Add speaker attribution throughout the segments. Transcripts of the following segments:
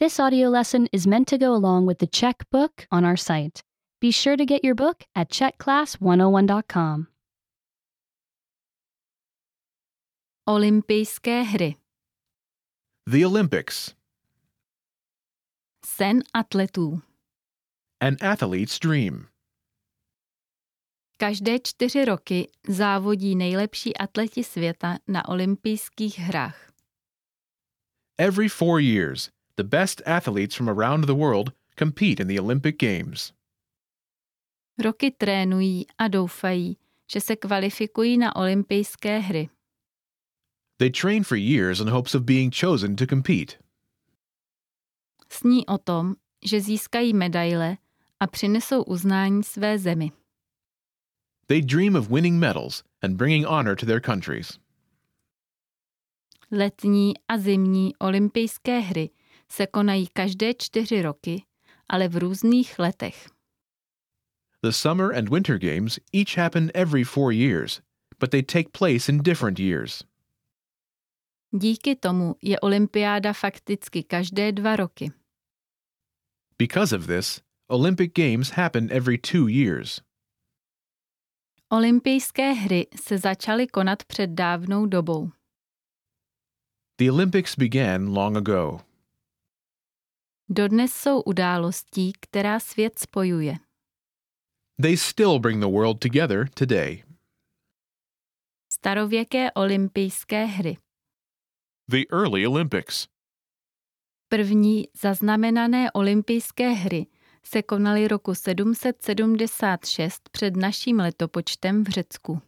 Speaker 1: This audio lesson is meant to go along with the Czech book on our site. Be sure to get your book at czechclass101.com.
Speaker 2: Olympijské hry.
Speaker 3: The Olympics.
Speaker 2: Sen atletů.
Speaker 3: An athlete's dream.
Speaker 2: Každé čtyři roky závodí nejlepší atleti světa na olympijských hrách.
Speaker 3: Every four years, the best athletes from around the world compete in the Olympic Games.
Speaker 2: Roky trénují a doufají, že se kvalifikují na olympijské hry.
Speaker 3: They train for years in hopes of being chosen to compete.
Speaker 2: Sní o tom, že získají medaile a přinesou uznání své zemi.
Speaker 3: They dream of winning medals and bringing honor to their countries.
Speaker 2: Letní a zimní olympijské hry se konají každé čtyři roky, ale v různých letech.
Speaker 3: The Summer and Winter Games each happen every four years, but they take place in different years.
Speaker 2: Díky tomu je olympiáda fakticky každé dva roky.
Speaker 3: Because of this, Olympic Games happen every two years.
Speaker 2: Olympijské hry se začaly konat před dávnou dobou.
Speaker 3: The Olympics began long ago.
Speaker 2: Dodnes jsou událostí, která svět spojuje.
Speaker 3: They still bring the world together today.
Speaker 2: Starověké olympijské hry.
Speaker 3: The early Olympics.
Speaker 2: První zaznamenané olympijské hry se konaly roku 776 před naším letopočtem v Řecku.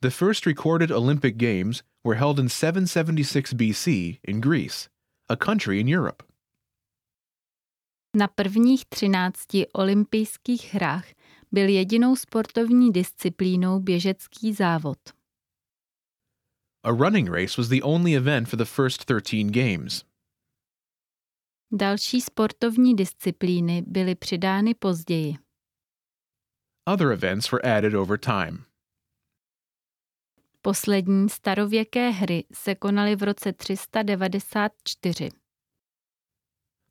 Speaker 3: The first recorded Olympic Games were held in 776 BC in Greece, a country in Europe.
Speaker 2: Na prvních 13 olympijských hrách byl jedinou sportovní disciplínou běžecký závod.
Speaker 3: A running race was the only event for the first 13 games.
Speaker 2: Další sportovní disciplíny byly přidány později.
Speaker 3: Other events were added over time.
Speaker 2: Poslední starověké hry se konaly v roce 394.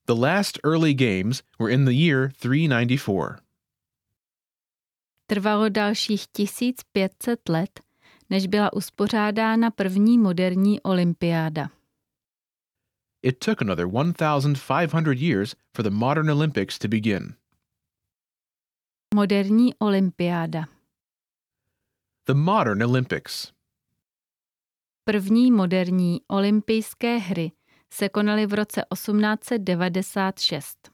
Speaker 3: The last early games were in the year 394.
Speaker 2: Trvalo dalších 1500 let, než byla uspořádána první moderní olympiáda.
Speaker 3: It took another 1,500 years for the modern Olympics to begin.
Speaker 2: Moderní olympiáda.
Speaker 3: The modern Olympics.
Speaker 2: První moderní olympijské hry se konaly v roce 1896.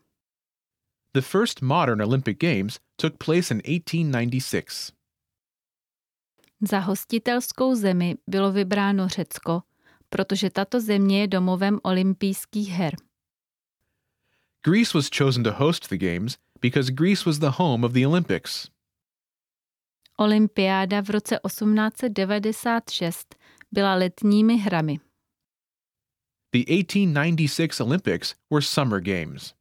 Speaker 3: The first modern Olympic Games took place in 1896.
Speaker 2: Za hostitelskou zemi bylo vybráno Řecko, protože tato země je domovem olympijských her.
Speaker 3: Greece was chosen to host the Games because Greece was the home of the Olympics.
Speaker 2: Olympiáda v roce 1896 byla letními hrami.
Speaker 3: The 1896 Olympics were Summer Games.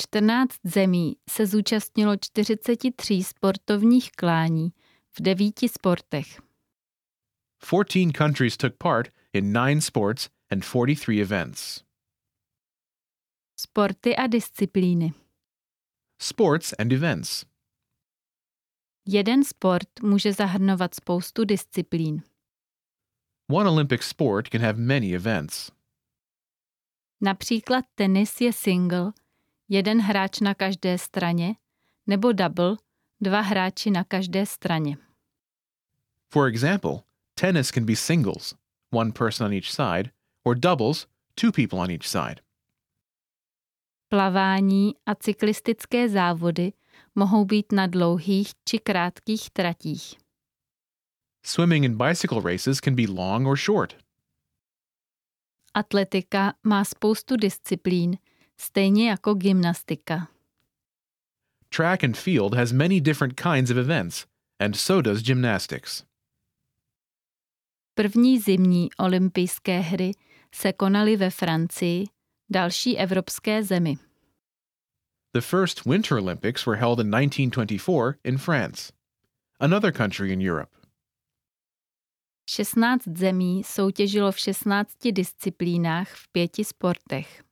Speaker 2: 14 zemí se zúčastnilo 43 sportovních klání v devíti sportech.
Speaker 3: 14 countries took part in 9 sports and 43 events.
Speaker 2: Sporty a disciplíny.
Speaker 3: Sports and events.
Speaker 2: Jeden sport může zahrnovat spoustu disciplín.
Speaker 3: One Olympic sport can have many events.
Speaker 2: Například tenis je single, jeden hráč na každé straně, nebo double, dva hráči na každé straně.
Speaker 3: For example, tennis can be singles, one person on each side, or doubles, two people on each side.
Speaker 2: Plavání a cyklistické závody mohou být na dlouhých či krátkých tratích.
Speaker 3: Swimming and bicycle races can be long or short.
Speaker 2: Atletika má spoustu disciplín, stejně jako gymnastika.
Speaker 3: Track and field has many different kinds of events, and so does gymnastics.
Speaker 2: První zimní olympijské hry se konaly ve Francii, další evropské zemi.
Speaker 3: The first Winter Olympics were held in 1924 in France, another country in Europe.
Speaker 2: 16 zemí soutěžilo v 16 disciplínách v pěti sportech.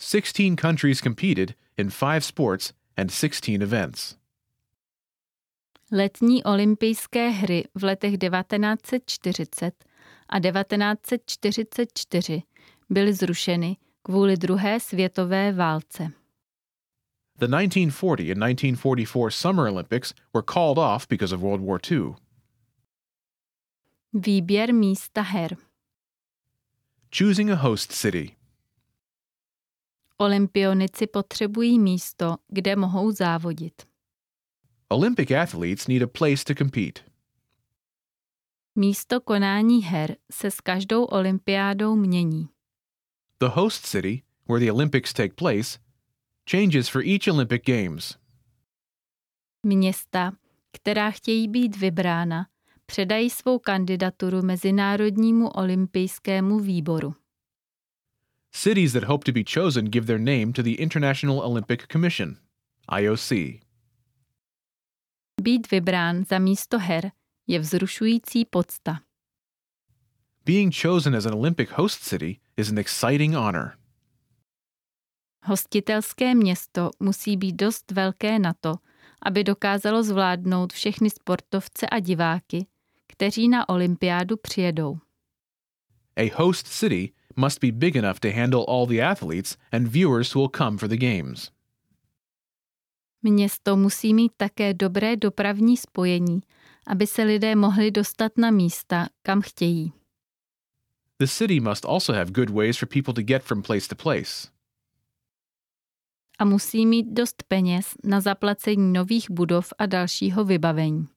Speaker 3: 16 countries competed in 5 sports and 16 events.
Speaker 2: Letní olympijské hry v letech 1940 a 1944 byly zrušeny kvůli druhé světové válce.
Speaker 3: The 1940 and 1944 Summer Olympics were called off because of World War II.
Speaker 2: Výběr místa her.
Speaker 3: Choosing a host city.
Speaker 2: Olympionici potřebují místo, kde mohou závodit.
Speaker 3: Olympic athletes need a place to compete.
Speaker 2: Místo konání her se s každou olympiádou mění.
Speaker 3: The host city, where the Olympics take place, changes for each Olympic Games.
Speaker 2: Města, která chtějí být vybrána, předají svou kandidaturu Mezinárodnímu olympijskému výboru.
Speaker 3: Cities that hope to be chosen give their name to the International Olympic Commission, IOC.
Speaker 2: Být vybrán za místo her je vzrušující podsta.
Speaker 3: Being chosen as an Olympic host city is an exciting honor.
Speaker 2: Hostitelské město musí být dost velké na to, aby dokázalo zvládnout všechny sportovce a diváky, kteří na olympiádu přijedou.
Speaker 3: A host city must be big enough to handle all the athletes and viewers who will come for the games.
Speaker 2: Město musí mít také dobré dopravní spojení, aby se lidé mohli dostat na místa, kam chtějí.
Speaker 3: The city must also have good ways for people to get from place to place.
Speaker 2: A musí mít dost peněz na zaplacení nových budov a dalšího vybavení.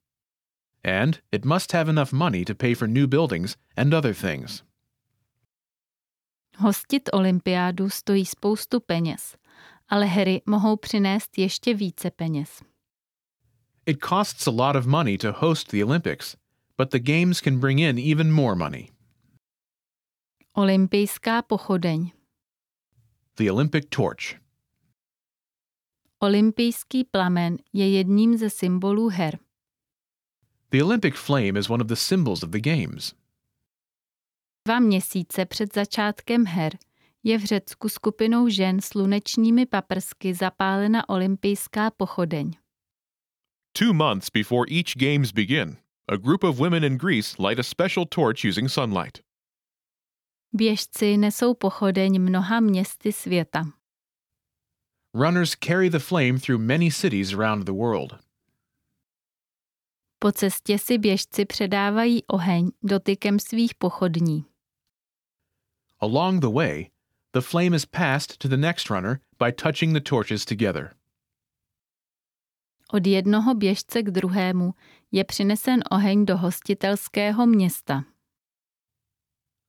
Speaker 3: And it must have enough money to pay for new buildings and other things.
Speaker 2: Hostit olympiádu stojí spoustu peněz, ale hry mohou přinést ještě více peněz.
Speaker 3: It costs a lot of money to host the Olympics, but the games can bring in even more money.
Speaker 2: Olympijská pochodeň,
Speaker 3: The Olympic torch.
Speaker 2: olympijský plamen je jedním ze symbolů her.
Speaker 3: The Olympic flame is one of the symbols of the games.
Speaker 2: Dva měsíce před začátkem her je v Řecku skupinou žen slunečními paprsky zapálena olympijská pochodeň.
Speaker 3: Two months before each games begin, a group of women in Greece light a special torch using sunlight.
Speaker 2: Běžci nesou pochodeň mnoha městy světa.
Speaker 3: Runners carry the flame through many cities around the world.
Speaker 2: Po cestě si běžci předávají oheň dotykem svých pochodní.
Speaker 3: Along the way, the flame is passed to the next runner by touching the torches together.
Speaker 2: Od jednoho běžce k druhému je přinesen oheň do hostitelského města.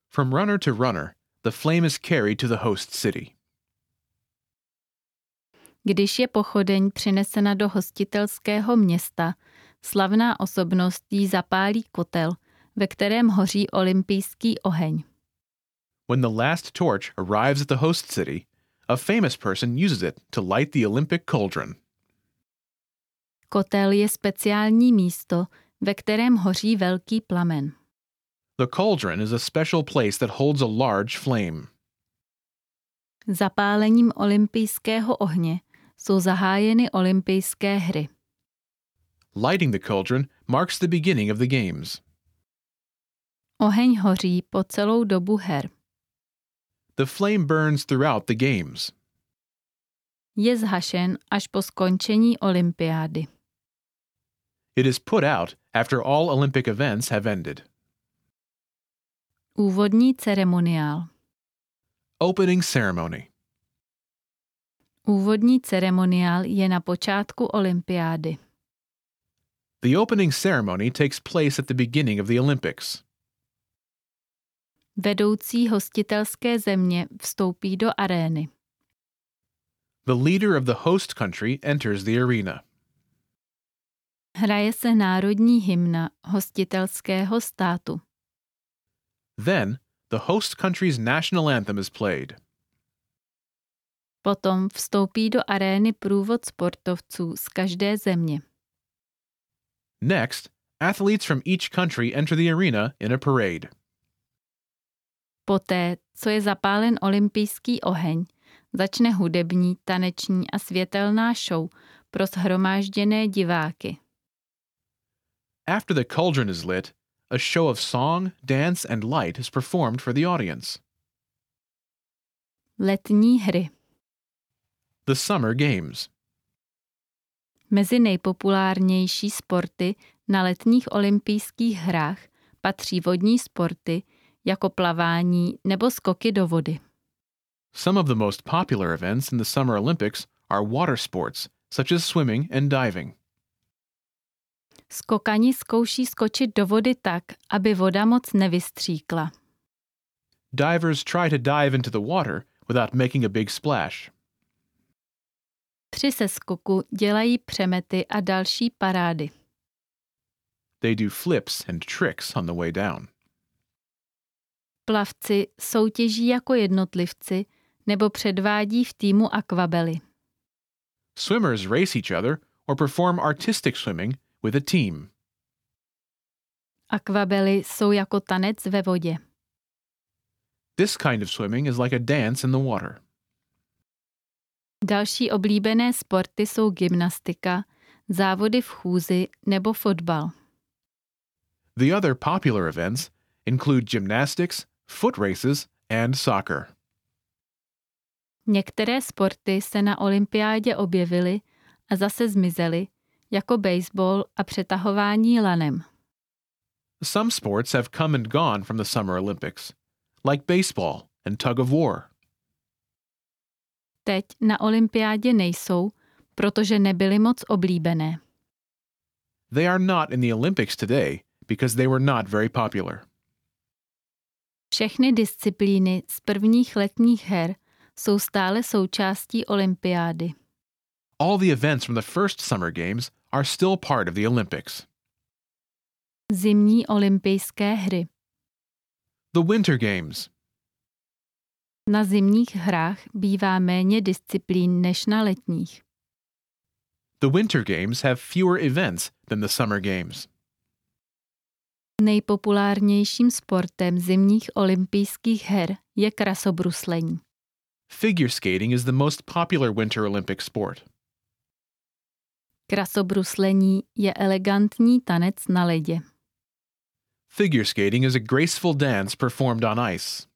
Speaker 3: From runner to runner, the flame is carried to the host city.
Speaker 2: Když je pochodeň přinesena do hostitelského města, slavná osobnost jí zapálí kotel, ve kterém hoří olympijský oheň.
Speaker 3: When the last torch arrives at the host city, a famous person uses it to light the Olympic cauldron.
Speaker 2: Kotel je speciální místo, ve kterém hoří velký plamen.
Speaker 3: The cauldron is a special place that holds a large flame.
Speaker 2: Zapálením olympijského ohně jsou zahájeny olympijské hry.
Speaker 3: Lighting the cauldron marks the beginning of the games.
Speaker 2: Oheň hoří po celou dobu her.
Speaker 3: The flame burns throughout the games.
Speaker 2: Je zhašen až po skončení olympiády.
Speaker 3: It is put out after all Olympic events have ended.
Speaker 2: Úvodní ceremoniál
Speaker 3: Opening ceremony.
Speaker 2: Úvodní ceremoniál je na počátku olympiády.
Speaker 3: The opening ceremony takes place at the beginning of the Olympics.
Speaker 2: Vedoucí hostitelské země vstoupí do arény.
Speaker 3: The leader of the host country enters the arena.
Speaker 2: Hraje se národní hymna hostitelského státu.
Speaker 3: Then, the host country's national anthem is played.
Speaker 2: Potom vstoupí do arény průvod sportovců z každé země.
Speaker 3: Next, Athletes from each country enter the arena in a parade.
Speaker 2: Poté, co je zapálen olympijský oheň, začne hudební, taneční a světelná show pro shromážděné diváky.
Speaker 3: After the cauldron is lit, a show of song, dance, and light is performed for the audience.
Speaker 2: Letní hry.
Speaker 3: The Summer Games.
Speaker 2: Mezi nejpopulárnější sporty na letních olympijských hrách patří vodní sporty jako plavání nebo skoky do vody.
Speaker 3: Some of the most popular events in the Summer Olympics are water sports, such as swimming and diving.
Speaker 2: Skokani zkouší skočit do vody tak, aby voda moc nevystříkla.
Speaker 3: Divers try to dive into the water without making a big splash.
Speaker 2: Při seskoku dělají přemety a další parády.
Speaker 3: They do flips and tricks on the way down.
Speaker 2: Plavci soutěží jako jednotlivci nebo předvádí v týmu akvabely.
Speaker 3: Swimmers race each other or perform artistic swimming with a team.
Speaker 2: Akvabely jsou jako tanec ve vodě.
Speaker 3: This kind of swimming is like a dance in the water.
Speaker 2: Další oblíbené sporty jsou gymnastika, závody v chůzi nebo fotbal.
Speaker 3: The other popular events include gymnastics, foot races, and soccer.
Speaker 2: Některé sporty se na olympiádě objevily a zase zmizely, jako baseball a přetahování lanem.
Speaker 3: Some sports have come and gone from the Summer Olympics, like baseball and tug of war.
Speaker 2: Teď na olympiádě nejsou, protože nebyly moc oblíbené.
Speaker 3: They are not in the Olympics today because they were not very popular.
Speaker 2: Všechny disciplíny z prvních letních her jsou stále součástí olympiády.
Speaker 3: All the events from the first Summer Games are still part of the Olympics.
Speaker 2: Zimní olympijské hry.
Speaker 3: The Winter Games.
Speaker 2: Na zimních hrách bývá méně disciplín než na letních.
Speaker 3: The Winter Games have fewer events than the Summer Games.
Speaker 2: Nejpopulárnějším sportem zimních olympijských her je krasobruslení.
Speaker 3: Figure skating is the most popular Winter Olympic sport.
Speaker 2: Krasobruslení je elegantní tanec na ledě.
Speaker 3: Figure skating is a graceful dance performed on ice.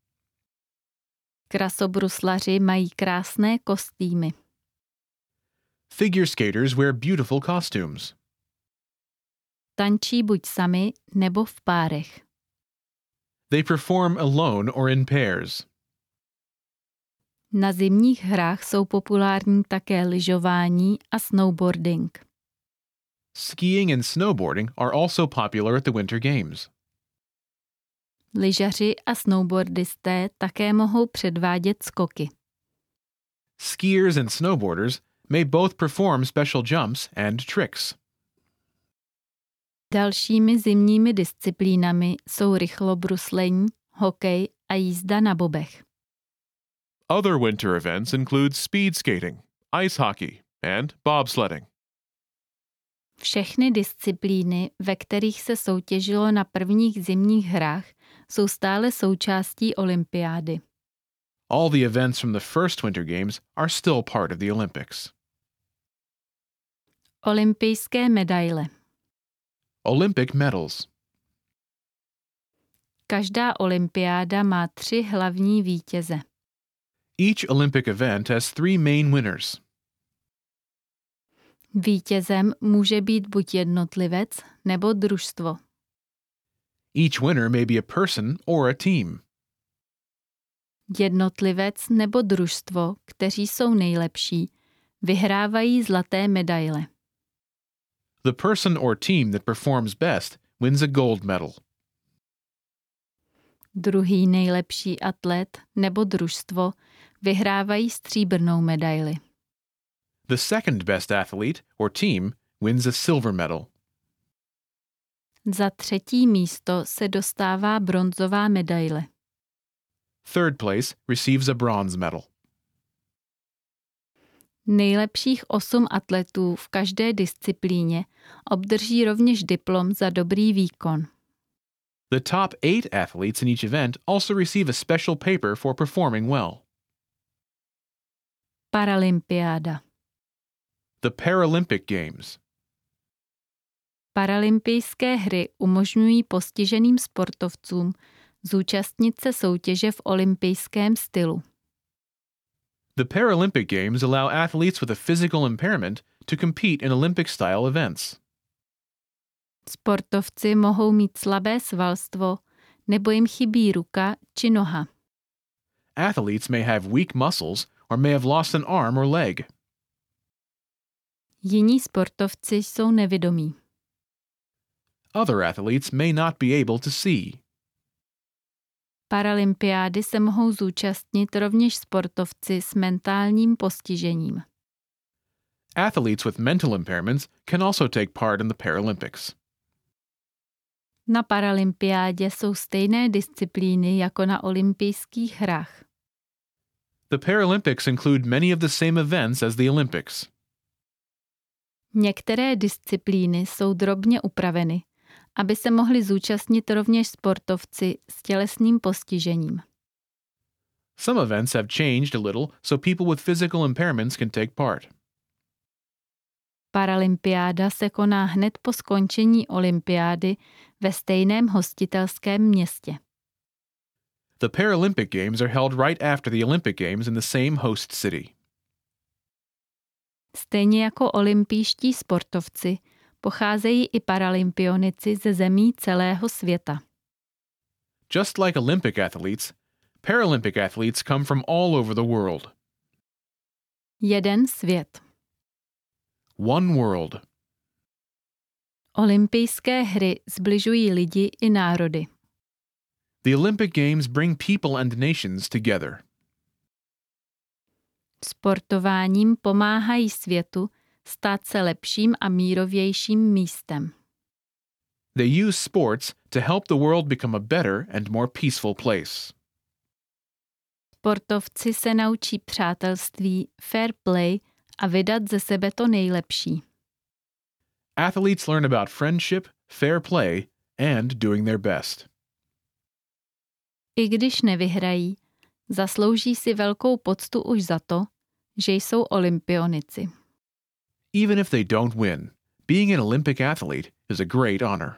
Speaker 2: Krasobruslaři mají krásné kostýmy.
Speaker 3: Figure skaters wear beautiful costumes.
Speaker 2: Tančí buď sami nebo v párech.
Speaker 3: They perform alone or in pairs.
Speaker 2: Na zimních hrách jsou populární také lyžování a snowboarding.
Speaker 3: Skiing and snowboarding are also popular at the Winter Games.
Speaker 2: Lyžaři a snowboardisté také mohou předvádět skoky.
Speaker 3: Skiers and snowboarders may both perform special jumps and tricks.
Speaker 2: Dalšími zimními disciplínami jsou rychlobruslení, hokej a jízda na bobech.
Speaker 3: Other winter events include speed skating, ice hockey, and bobsledding.
Speaker 2: Všechny disciplíny, ve kterých se soutěžilo na prvních zimních hrách, jsou stále součástí olympiády.
Speaker 3: All the events from the first Winter Games are still part of the Olympics.
Speaker 2: Olympijské medaile.
Speaker 3: Olympic medals.
Speaker 2: Každá olympiáda má tři hlavní vítěze.
Speaker 3: Each Olympic event has three main winners.
Speaker 2: Vítězem může být buď jednotlivec nebo družstvo.
Speaker 3: Each winner may be a person or a team.
Speaker 2: Jednotlivec nebo družstvo, kteří jsou nejlepší, vyhrávají zlaté medaile.
Speaker 3: The person or team that performs best wins a gold medal.
Speaker 2: Druhý nejlepší atlet nebo družstvo vyhrávají stříbrnou medaili.
Speaker 3: The second best athlete or team wins a silver medal.
Speaker 2: Za třetí místo se dostává bronzová medaile.
Speaker 3: Third place receives a bronze medal.
Speaker 2: Nejlepších osm atletů v každé disciplíně obdrží rovněž diplom za dobrý výkon.
Speaker 3: The top eight athletes in each event also receive a special paper for performing well.
Speaker 2: Paralympiáda.
Speaker 3: The Paralympic Games.
Speaker 2: Paralympijské hry umožňují postiženým sportovcům zúčastnit se soutěže v olympijském stylu.
Speaker 3: The Paralympic Games allow athletes with a physical impairment to compete in Olympic style events.
Speaker 2: Sportovci mohou mít slabé svalstvo nebo jim chybí ruka či noha.
Speaker 3: Athletes may have weak muscles or may have lost an arm or leg.
Speaker 2: Jiní sportovci jsou nevidomí.
Speaker 3: Other athletes may not be able to see.
Speaker 2: Paralympiády se mohou zúčastnit rovněž sportovci s mentálním postižením.
Speaker 3: Athletes with mental impairments can also take part in the Paralympics.
Speaker 2: Na paralympiádě jsou stejné disciplíny jako na olympijských hrách.
Speaker 3: The Paralympics include many of the same events as the Olympics.
Speaker 2: Některé disciplíny jsou drobně upraveny, aby se mohli zúčastnit rovněž sportovci s tělesným postižením.
Speaker 3: Some events have changed a little so people with physical impairments can take part.
Speaker 2: Paralympiáda se koná hned po skončení olympiády ve stejném hostitelském městě.
Speaker 3: The Paralympic Games are held right after the Olympic Games in the same host city.
Speaker 2: Stejně jako olympijští sportovci, pocházejí i paralympionici ze zemí celého světa.
Speaker 3: Just like Olympic athletes, Paralympic athletes come from all over the world.
Speaker 2: Jeden svět.
Speaker 3: One world.
Speaker 2: Olympijské hry zbližují lidi i národy.
Speaker 3: The Olympic Games bring people and nations together.
Speaker 2: Sportováním pomáhají světu stát se lepším a mírovějším místem.
Speaker 3: They use sports to help the world become a better and more peaceful place.
Speaker 2: Sportovci se naučí přátelství, fair play a vydat ze sebe to nejlepší.
Speaker 3: Athletes learn about friendship, fair play, and doing their best.
Speaker 2: I když nevyhrají, zaslouží si velkou poctu už za to, že jsou olympionici.
Speaker 3: Even if they don't win, being an Olympic athlete is a great honor.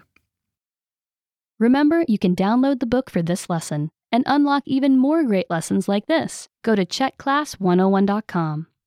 Speaker 1: Remember, you can download the book for this oh lesson and unlock even more great lessons like this. Go to checkclass101.com.